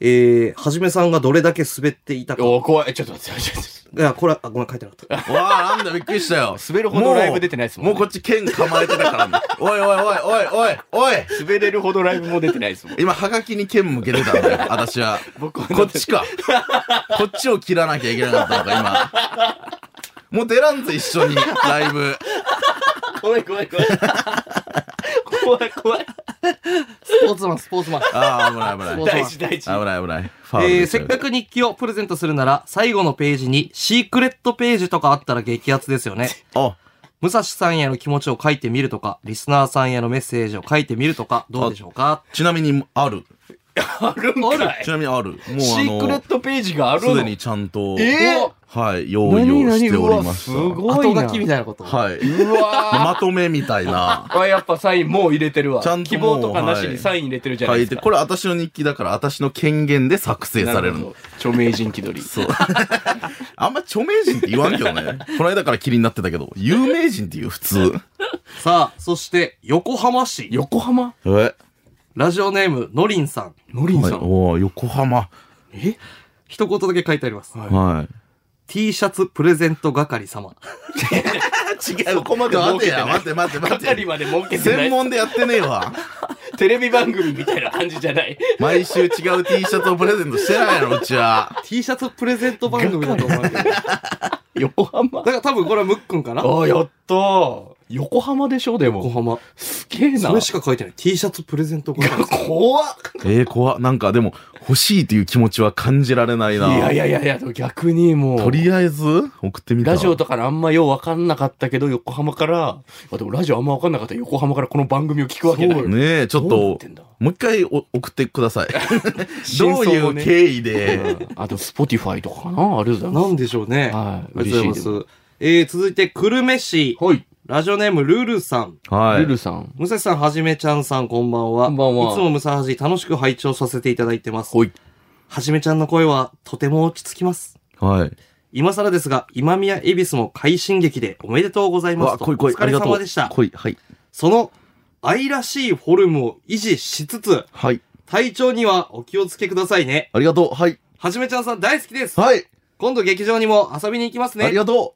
Speaker 5: えー、はじめさんがどれだけ滑っていたか。い
Speaker 4: おお怖いちょっと待ってちょっと待って
Speaker 5: や、これ、あ、ごめん、書いてなかった。
Speaker 3: わあ、なんだ、びっくりしたよ。
Speaker 4: 滑るほどライブ出てないですもんね
Speaker 3: もうこっち剣構えてたからね。おいおいおいおいおいおい
Speaker 4: 滑れるほどライブも出てないですもん
Speaker 3: 今、はがきに剣向けてたんだよ、私は。
Speaker 4: 僕は
Speaker 3: こっち か。こっちを切らなきゃいけなかったのか、今。もう出らんぜ、一緒に、ライブ。
Speaker 4: 怖い怖い怖い怖い怖い
Speaker 5: スポーーツマン、スポーツマン。
Speaker 3: ああ、危ない危ない。
Speaker 4: 大事大事。
Speaker 3: 危ない危ない。ファウル
Speaker 5: えー
Speaker 3: です
Speaker 5: せ
Speaker 3: よ
Speaker 5: っかく日記をプレゼントするなら、最後のページにシークレットページとかあったら激アツですよね。
Speaker 3: あ、
Speaker 5: 武蔵さんへの気持ちを書いてみるとか、リスナーさんへのメッセージを書いてみるとか、どうでしょうか
Speaker 3: ちなみにある。
Speaker 4: あるんかい
Speaker 3: ちなみにある。もうあの、
Speaker 4: シークレットページがあるの
Speaker 3: すでにちゃんと、
Speaker 4: えー
Speaker 3: はい、用意をしておりました。
Speaker 4: 何々うわすごい
Speaker 5: 後
Speaker 4: な
Speaker 5: 書きみたいなこと。
Speaker 3: はい。
Speaker 4: うわ
Speaker 3: まとめみたいな。
Speaker 4: ーあやっぱサインもう入れてるわ
Speaker 3: ちゃんと
Speaker 4: 希
Speaker 3: もう
Speaker 4: 望とかなし
Speaker 3: は
Speaker 4: に
Speaker 3: い
Speaker 4: サイン入れてる じゃな
Speaker 3: 書
Speaker 4: いで
Speaker 3: い
Speaker 4: す
Speaker 3: て、
Speaker 4: か
Speaker 3: これ私の日記だから、私の権限で作成される
Speaker 4: な
Speaker 3: の
Speaker 4: ほど。著名人気取り
Speaker 3: そう。あんま著名人って言わんけど ね。この間から気になってたけど、有名人って言う、普通。
Speaker 5: さあ、そして、横浜市。
Speaker 4: 横浜
Speaker 3: えはい、
Speaker 5: ラジオネーム、のりんさん。
Speaker 4: のりんさん、
Speaker 3: おー横浜。
Speaker 5: 一言だけ書いてあります。
Speaker 3: はい。
Speaker 5: T シャツプレゼント係様。
Speaker 3: 違う、ここまで待てや。待て待て待
Speaker 4: 係
Speaker 3: て。
Speaker 4: まで儲けてな
Speaker 3: 専
Speaker 4: い
Speaker 3: 門でやってねえわ。
Speaker 4: テレビ番組みたいな感じじゃない
Speaker 3: 毎週違う T シャツをプレゼントしてないやろ、うちは。
Speaker 5: T シャツプレゼント番組だと思われてる。だ
Speaker 4: 横浜
Speaker 5: から多分これはムックンかな
Speaker 4: あやったー横浜でしょで
Speaker 5: 横
Speaker 4: も
Speaker 5: 浜。
Speaker 4: すげえな
Speaker 5: それしか書いてない。T シャツプレゼント係様。
Speaker 4: 怖っ
Speaker 3: ええ怖っなんかでも、欲しいという気持ちは感じられない
Speaker 4: い
Speaker 3: な。
Speaker 4: やいやいやいや逆にもう
Speaker 3: とりあえず、送ってみた。
Speaker 4: ラジオとかのあんまようわかんなかったけど、横浜から、あ、でもラジオあんまわかんなかったら横浜からこの番組を聞くわけだよ。
Speaker 3: ねえ、ちょっ
Speaker 4: どうなっ
Speaker 3: と
Speaker 4: て、んだ
Speaker 3: もう一回お送ってください。
Speaker 4: 真
Speaker 3: どうい
Speaker 4: 相を
Speaker 3: う
Speaker 4: ね
Speaker 3: 経緯で、
Speaker 4: あと、スポティファイとかかなありがとうございま
Speaker 5: なんでしょうね。
Speaker 4: す。はい。
Speaker 5: ありがと
Speaker 4: 嬉
Speaker 5: うご
Speaker 4: しい
Speaker 5: ざ
Speaker 4: で
Speaker 5: います。えー、続いて、久留米市。
Speaker 4: す。はい。
Speaker 5: ラジオネーム、ルルさん。
Speaker 3: は
Speaker 4: ル
Speaker 3: い。
Speaker 4: ルさん。
Speaker 5: 武蔵さん、はじめちゃんさん、こんばんは。
Speaker 4: こんばんはい
Speaker 5: つもムサハジ、楽しく拝聴させていただいてます。
Speaker 4: ほい。
Speaker 5: はじめちゃんの声は、とても落ち着きます。
Speaker 3: はい。
Speaker 5: 今更ですが、今宮恵比寿も快進撃でおめでとうございうま
Speaker 3: わ、
Speaker 5: すと。
Speaker 3: 来い来い。
Speaker 5: お
Speaker 3: あり
Speaker 5: 疲れ
Speaker 3: がと
Speaker 5: 様
Speaker 3: う。
Speaker 5: でした。
Speaker 3: 来い。はい。
Speaker 5: その、愛らしいフォルムを維持しつつ、
Speaker 3: はい。
Speaker 5: 体調にはお気をつけくださいね。
Speaker 3: ありがとう。はい。
Speaker 5: はじめちゃんさん大好きです。
Speaker 3: はい。
Speaker 5: 今度劇場にも遊びに行きます
Speaker 3: あり
Speaker 5: ね。
Speaker 3: がと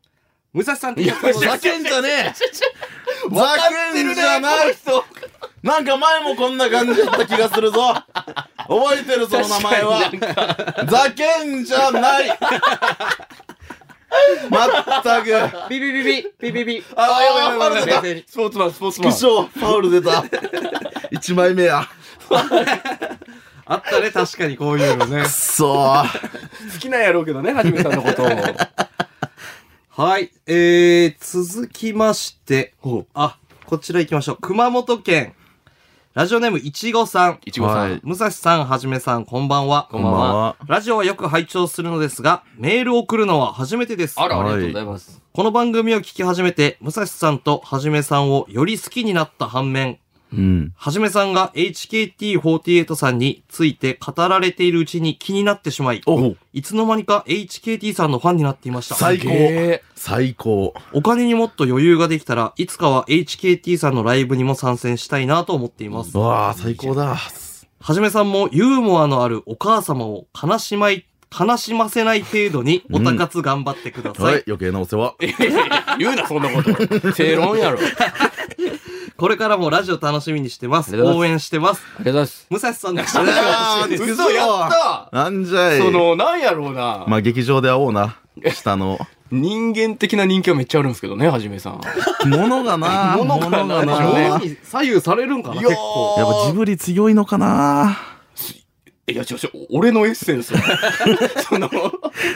Speaker 5: 武蔵さんって
Speaker 3: う。ふざけんじゃねえ。ふざけんじゃない。なんか前もこんな感じだった気がするぞ。覚えてる、その名前は。ふざけんじゃない。まったく。あ
Speaker 5: ビビビビ、ビビビ。
Speaker 3: あ、ファウル出
Speaker 5: 冷
Speaker 3: た。
Speaker 5: 静に
Speaker 4: スポーツマン、スポーツ
Speaker 3: 副
Speaker 4: マン。
Speaker 3: 賞、ファウル出た。一枚目や。
Speaker 5: あったね、確かにこういうのね
Speaker 3: く。そー。
Speaker 4: 好きなんやろうけどね、はじめさんのことを。
Speaker 5: はい。えー、続きまして。あ、こちら行きましょう。熊本県。ラジオネームいちごさん。
Speaker 4: いちごさ
Speaker 3: はい
Speaker 4: ん。
Speaker 5: 武蔵さん、はじめさん、こんばんは。
Speaker 4: こんばんは。
Speaker 5: ラジオはよく拝聴するのですが、メールを送るのは初めてです。
Speaker 4: あら、あ
Speaker 3: はい
Speaker 4: りがとうございます。
Speaker 5: この番組を聞き始めて、武蔵さんとはじめさんをより好きになった反面、
Speaker 3: うん。
Speaker 5: はじめさんが HKT48 さんについて語られているうちに気になってしまい、
Speaker 3: お
Speaker 5: いつの間にか HKT さんのファンになっていました。
Speaker 3: 最高
Speaker 4: すげえ。
Speaker 3: 最高。
Speaker 5: お金にもっと余裕ができたら、いつかは HKT さんのライブにも参戦したいなと思っています。
Speaker 3: わあ、最高だ。
Speaker 5: はじめさんもユーモアのあるお母様を悲しまい、悲しませない程度におたかつ頑張ってくださ。
Speaker 3: はいい、余計なお世話。
Speaker 4: 言うな、そんなこと。正論やろ。ありが
Speaker 5: これからもラジオ楽しみにしてます。
Speaker 4: ありがとうご
Speaker 5: 応援してます。
Speaker 4: とうございます。
Speaker 5: 武蔵さんでし
Speaker 3: い
Speaker 5: た。
Speaker 3: やー
Speaker 4: 嘘やった
Speaker 3: なんじゃい。
Speaker 4: その、なんやろうな。
Speaker 3: まあ、劇場で会おうな。下の。
Speaker 4: 人間的な人気はめっちゃあるんですけどね、はじめさん。
Speaker 3: ものがな。
Speaker 4: 物がな
Speaker 3: 物
Speaker 4: でしょうね
Speaker 5: 脳に左右されるんかな結構。
Speaker 3: やっぱジブリ強いのかな。
Speaker 4: いや、ちょ、ちょ、俺のエッセンス。 その、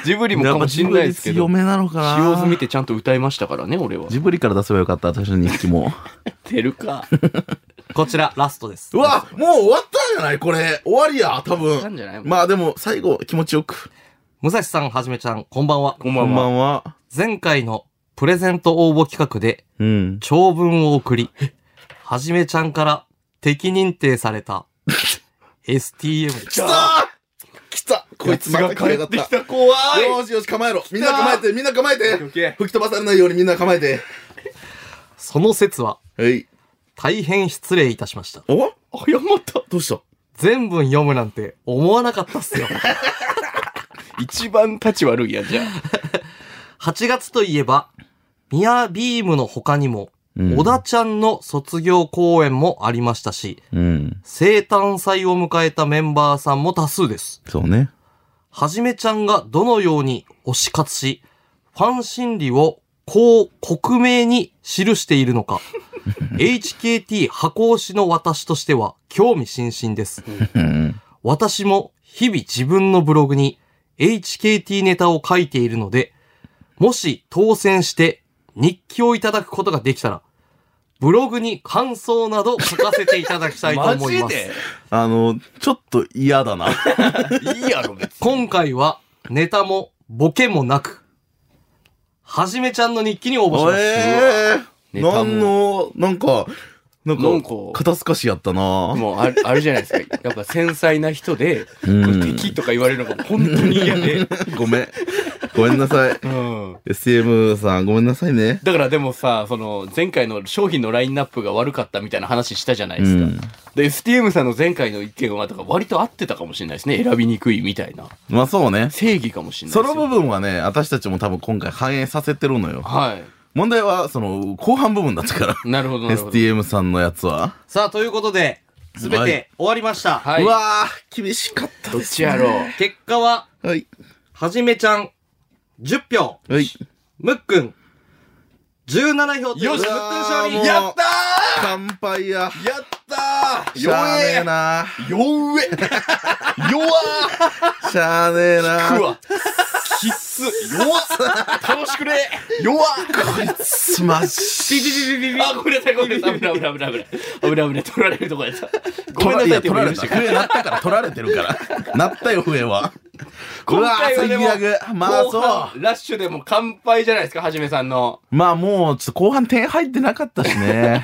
Speaker 4: ジブリも
Speaker 3: や
Speaker 4: か
Speaker 3: っ
Speaker 4: も
Speaker 3: ぱ
Speaker 4: し
Speaker 3: ジ
Speaker 4: ん
Speaker 3: ブ
Speaker 4: ないで
Speaker 3: リ
Speaker 4: すけど
Speaker 3: 強、めなのかな。
Speaker 4: 使用図見てちゃんと歌いましたからね、俺は。
Speaker 3: ジブリから出せばよかった、私の日記も。
Speaker 4: てるか。
Speaker 5: こちら、ラストです。
Speaker 3: うわ、もう終わったんじゃないこれ。終わりや、多
Speaker 4: なん
Speaker 3: 分。
Speaker 4: じゃない
Speaker 3: まあでも、最後、気持ちよく。
Speaker 5: 武蔵さん、はじめちゃん、こんばんは。
Speaker 4: こんば
Speaker 3: こん
Speaker 4: ん
Speaker 3: ば
Speaker 4: は。
Speaker 3: んは。
Speaker 5: 前回のプレゼント応募企画で、
Speaker 3: うん。
Speaker 5: 長文を送 り、はじめちゃんから敵認定された STM
Speaker 3: 来た来たこいつまた来やがった。
Speaker 4: た、怖
Speaker 3: よーしよし、構えろ。みんな構えて、みんな構えて。
Speaker 4: ケ
Speaker 3: 吹き飛ばされないようにみんな構えて。
Speaker 5: その説は
Speaker 3: はい。
Speaker 5: 大変失礼いたしました。
Speaker 3: お
Speaker 4: ー。謝った。
Speaker 3: どうした
Speaker 5: 全文読むなんて思わなかったっ すよ。
Speaker 4: 一番立ち悪いやん、じゃあ。
Speaker 5: 8月といえば、ミアビームの他に
Speaker 3: う
Speaker 5: も、
Speaker 3: ん
Speaker 5: 小田ちゃんの卒業公演もありましたし、
Speaker 3: うん。
Speaker 5: 生誕祭を迎えたメンバーさんも多数です。
Speaker 3: そうね。
Speaker 5: はじめちゃんがどのように推し 活し、ファン心理をこう克明に記しているのか、 HKT 箱推しの私としては興味津々です。
Speaker 3: うん
Speaker 5: 私も日々自分のブログに HKT ネタを書いているので、もし当選して日記をいただくことができたら、ブログに感想など書かせていただきたいと 思います。
Speaker 3: あの、ちょっと嫌だな。
Speaker 4: いいやろ、別に。
Speaker 5: 今回はネタもボケもなく、はじめちゃんの日記に応募します。
Speaker 3: ええ
Speaker 4: ネタも
Speaker 3: なんの、なんか、なんか
Speaker 4: なんか、
Speaker 3: 肩透かしやったな
Speaker 4: もうあれ、あれじゃないですか。やっぱ繊細な人で、
Speaker 3: うん
Speaker 4: 敵とか言われるのが本当に嫌 で。
Speaker 3: ごめん。ごめんなさい。
Speaker 4: うん。
Speaker 3: SM さん、ごめんなさいね。
Speaker 4: だからでもさ、その、前回の商品のラインナップが悪かったみたいな話したじゃない
Speaker 3: う
Speaker 4: ですか。
Speaker 3: ん。
Speaker 4: で、STM さんの前回の意見は、だから割と合ってたかもしれないですね。選びにくいみたいな。
Speaker 3: まあそうね。
Speaker 4: 正義かもしれない
Speaker 3: そ
Speaker 4: ですよ。
Speaker 3: の部分はね、私たちも多分今回反映させてるのよ。
Speaker 4: はい。
Speaker 3: 問題は、その、後半部分だったから。
Speaker 4: なるほ ど、なるほど。
Speaker 3: STM さんのやつは。
Speaker 5: さあ、ということで、すべ
Speaker 3: は
Speaker 5: て
Speaker 3: い。
Speaker 5: 終わりました。
Speaker 4: はいう
Speaker 3: わー、厳しかっ
Speaker 4: どっちやろう。
Speaker 5: 結果は、
Speaker 3: た。はい。
Speaker 5: はじめちゃん10票、
Speaker 3: はい。
Speaker 5: むっくん17票ということで
Speaker 3: よし
Speaker 5: むっくん勝利
Speaker 3: うわーもう
Speaker 5: や っ
Speaker 3: やった乾杯や。
Speaker 4: やった
Speaker 3: しゃあねえな。
Speaker 4: 弱え弱
Speaker 3: しゃあねえな。
Speaker 4: うわきっつ弱楽しくね弱
Speaker 3: こいつマジ。
Speaker 4: あ、ごめんなさい、ごめんなさい。危ない危ない危ない危ない。危ない危ない。取られるとこやった。 ごめんなさいって
Speaker 3: 取
Speaker 4: 言
Speaker 3: ら
Speaker 4: わ
Speaker 3: れ
Speaker 4: れ
Speaker 3: た。笛なったから取られてる から。なったよ、笛は。
Speaker 4: 今回はでも
Speaker 3: うわ最悪。まあ
Speaker 4: 後半
Speaker 3: そ
Speaker 4: ラッシュでも乾杯じゃないですか、はじめさんの。
Speaker 3: う。まあもう、ちょっと後半点入ってなかったし ね。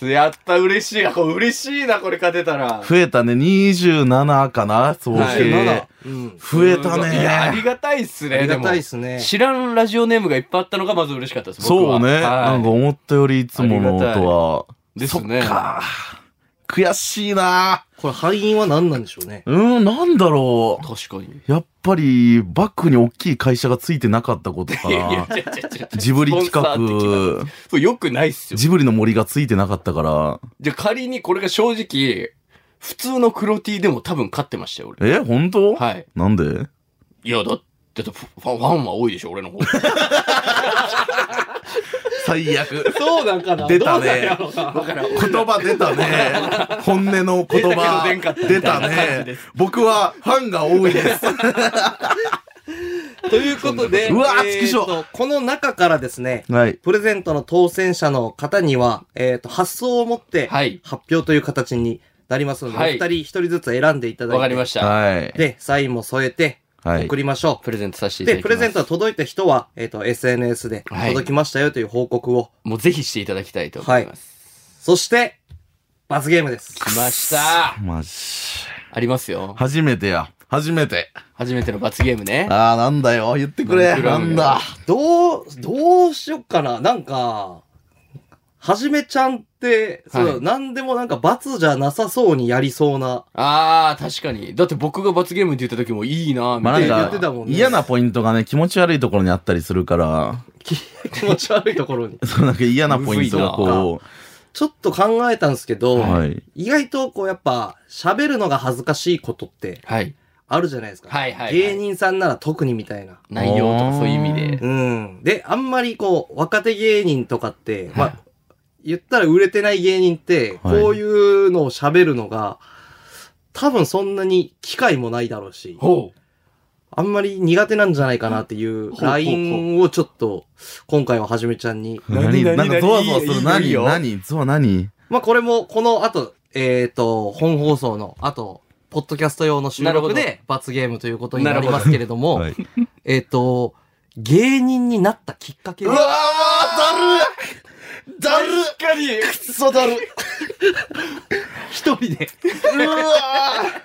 Speaker 4: やった、嬉しい。あこれ嬉しいな、これ勝てたら。
Speaker 3: 増えたね。27かな、総計。
Speaker 4: はい
Speaker 5: うん
Speaker 3: 増えた
Speaker 4: いや、あり
Speaker 3: ね。
Speaker 4: がたいっすね。
Speaker 5: ありがたいで
Speaker 4: ね。
Speaker 5: すね。
Speaker 4: 知らんラジオネームがいっぱいあったのがまず嬉しかったです。僕
Speaker 3: そ
Speaker 4: は
Speaker 3: うね。なんか
Speaker 4: は
Speaker 3: 思ったよりいつものとは。
Speaker 4: い。ですね。
Speaker 3: か悔しいな
Speaker 5: これ敗因は何なんでしょうね。
Speaker 3: うん、なんだろう。
Speaker 4: 確かに。
Speaker 3: やっぱり、バックに大きい会社がついてなかったことか
Speaker 4: いやいや
Speaker 3: な。
Speaker 4: 違う違う違う
Speaker 3: ジブリ企
Speaker 4: スポンサー的な
Speaker 3: 画、
Speaker 4: そうよくないっすよ。
Speaker 3: ジブリの森がついてなかったから。
Speaker 4: じゃあ仮にこれが正直、普通の黒 T でも多分勝ってましたよ、俺。
Speaker 3: え本当
Speaker 4: はい。
Speaker 3: なんで
Speaker 4: いや、だってファファンファンは多いでしょ、俺 の方。
Speaker 3: 最悪。
Speaker 5: そうなんかな
Speaker 3: 出たね。
Speaker 4: だから、
Speaker 3: 言葉出た ね。本音の言葉
Speaker 4: 出たけど出んかった。
Speaker 3: 出た
Speaker 4: みたいな感じ
Speaker 3: ね
Speaker 4: です。
Speaker 3: 僕はファンが多いです。
Speaker 5: ということで、
Speaker 3: うわー
Speaker 5: えー
Speaker 3: つきしょ
Speaker 5: とこの中からですね、
Speaker 3: はい。
Speaker 5: プレゼントの当選者の方には、えっ、と、発想を持って、
Speaker 4: はい
Speaker 5: 発表という形になりますので、
Speaker 4: はい
Speaker 5: お二人一人ずつ選んでいただいて、
Speaker 4: わかりました。
Speaker 3: はい。
Speaker 5: で、サインも添えて、
Speaker 3: はい
Speaker 5: 送。りましょう。
Speaker 4: プレゼントさせていただき
Speaker 5: で、プ
Speaker 4: ます。
Speaker 5: レゼントが届いた人は、えっ、と、SNS で
Speaker 4: はい
Speaker 5: 届きましたよという報告を。
Speaker 4: もうぜひしていただきたいと思います。
Speaker 5: そして、罰ゲームです。
Speaker 4: 来ました。
Speaker 3: マジ。
Speaker 4: ありますよ。
Speaker 3: 初めてや。初めて。
Speaker 4: 初めての罰ゲームね。
Speaker 3: ああ、なんだよ。言ってく
Speaker 4: なん
Speaker 3: れ。
Speaker 4: てくれ
Speaker 3: なんだ。
Speaker 5: どう、どうしよっかな。なんか、はじめちゃんって、そう、
Speaker 4: はい
Speaker 5: なんでもなんか罰じゃなさそうにやりそうな。
Speaker 4: あー、確かに。だって僕が罰ゲームって言った時もいいなみ
Speaker 3: ま
Speaker 4: た
Speaker 3: あ
Speaker 4: いな。
Speaker 5: 言
Speaker 3: な
Speaker 5: っ
Speaker 3: ん
Speaker 5: てた
Speaker 3: か
Speaker 5: もんね
Speaker 3: 嫌なポイントがね、気持ち悪いところにあったりするから、
Speaker 5: 気 気持ち悪いところに。
Speaker 3: そうなんか嫌なポイントがこ
Speaker 5: ちょっと考えたんですけど、
Speaker 3: う、はい。
Speaker 5: 意外とこうやっぱ喋るのが恥ずかしいことって
Speaker 4: はい。
Speaker 5: あるじゃないですか。
Speaker 4: はいはいはい
Speaker 5: 芸人さんなら特にみたいな。
Speaker 4: 内容とかそういう意味で。
Speaker 5: うん。で、あんまりこう、若手芸人とかって、まあ、言ったら売れてない芸人って、
Speaker 3: はい
Speaker 5: こういうのを喋るのが、多分そんなに機会もないだろうし、
Speaker 4: ほう。
Speaker 5: あんまり苦手なんじゃないかなっていう
Speaker 4: ほう
Speaker 5: ラインをちょっと、今回ははじめちゃんに。
Speaker 4: 何
Speaker 3: なんか
Speaker 4: 何
Speaker 3: ゾワゾワす
Speaker 4: いい
Speaker 3: る。
Speaker 4: よいい
Speaker 3: 何
Speaker 4: よ
Speaker 3: 何ゾワ何
Speaker 5: まあこれも、この後、えっ、と、本放送の後、ポッドキャスト用の収
Speaker 4: なるほ
Speaker 5: 録
Speaker 4: ど
Speaker 5: で罰ゲームということになりますけれども、
Speaker 3: はい。
Speaker 5: えっと、芸人になったきっかけは
Speaker 3: ーだるだる
Speaker 4: 確かに
Speaker 3: くそだる
Speaker 5: 一人で。
Speaker 3: うわー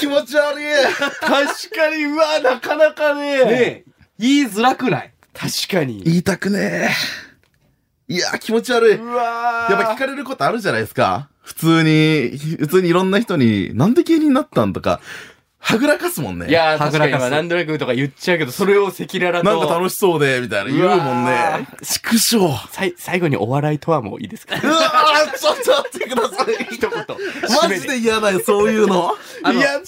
Speaker 3: 気持ち悪い
Speaker 4: 確かに、うわ、なかなかね。
Speaker 5: ねえ言いづらくない
Speaker 4: 確かに。
Speaker 3: 言いたくねえ。いやー気持ち悪い。やっ
Speaker 4: わ
Speaker 3: ぱ聞かれることあるじゃないですか。普通に、普通にいろんな人に、なんで芸人になったんとか、はぐらかすもんね。
Speaker 4: いやー、
Speaker 5: は
Speaker 4: 確
Speaker 5: ぐ
Speaker 4: からに
Speaker 5: かす
Speaker 4: 今、何となくとか言っちゃうけど、それを赤裸々と。
Speaker 3: なんか楽しそうで、みたいな言うもん
Speaker 4: うわ
Speaker 3: ね。畜生。うわ
Speaker 4: さい最後にお笑いとはもういいですか
Speaker 3: ー ちょっと待ってくださ
Speaker 4: 一言。
Speaker 3: い。マジで嫌だよ、そういうの。
Speaker 5: あの
Speaker 4: いや、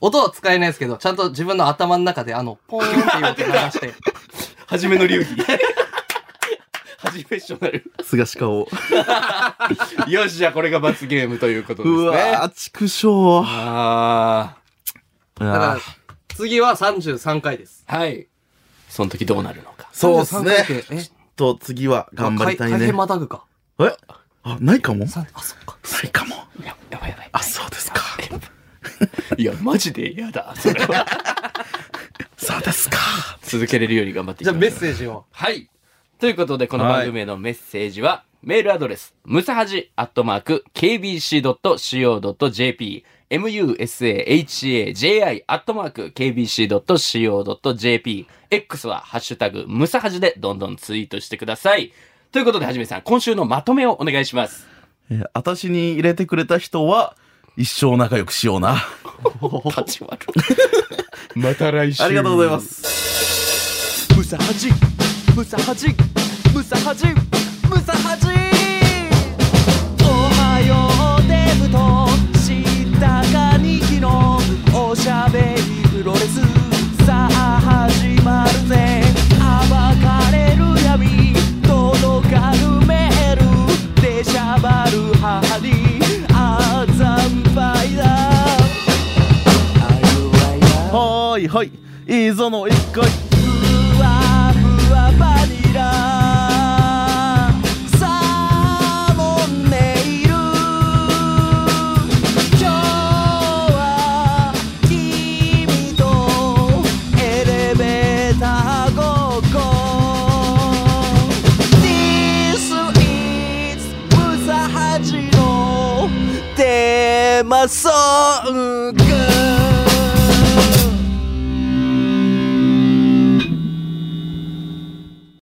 Speaker 5: 音は使えないですけど、ちゃんと自分の頭の中で、あの、ポーンっていう音流して、
Speaker 4: 初めの流儀。初フェッショナル。
Speaker 3: すがし顔。
Speaker 4: よし、じゃあこれが罰ゲームということですね。
Speaker 3: うわぁ、畜生。
Speaker 4: あ
Speaker 5: だから、次は33回です。
Speaker 4: ーはい。その時どうなるのか。
Speaker 3: そうですね。
Speaker 5: 33回って
Speaker 3: ちょっと次は頑張りたい
Speaker 5: あか
Speaker 3: ね
Speaker 5: 改編。またぐか。
Speaker 3: えあ、ないかもな
Speaker 5: さあ、そっか。
Speaker 3: いかも。
Speaker 4: ややばいやばい。
Speaker 3: あ、 そうですか。
Speaker 4: いや、マジで嫌だ。それは。
Speaker 3: そうですか。
Speaker 4: 続けれるように頑張ってい
Speaker 5: じ
Speaker 4: き
Speaker 5: ゃあ
Speaker 4: ましょう。
Speaker 5: メッセージを。
Speaker 4: はい。ということで、この番組へのメッセージは、メールアドレス、ムサハジアットマーク、kbc.co.jp、musahaji アットマーク、kbc.co.jp、X は、ハッシュタグ、ムサハジでどんどんツイートしてください。ということで、はじめさん、今週のまとめをお願いします。
Speaker 3: えー、私に入れてくれた人は、一生仲良くしような。
Speaker 4: 立ち悪
Speaker 3: また来週。ありがとうございます。
Speaker 1: ムサハジムサハジムサハジムサハジおはようデブとしたかにきのおしゃべりプロレスさあ始まるぜ暴かれる闇届かぬメールでしゃばる母にあざんぱいだ
Speaker 3: はーいはい。いいぞの一回。
Speaker 1: ふわふわバニラサーモンネイル今日は君とエレベーターごっこ This is ムサハジのテーマソング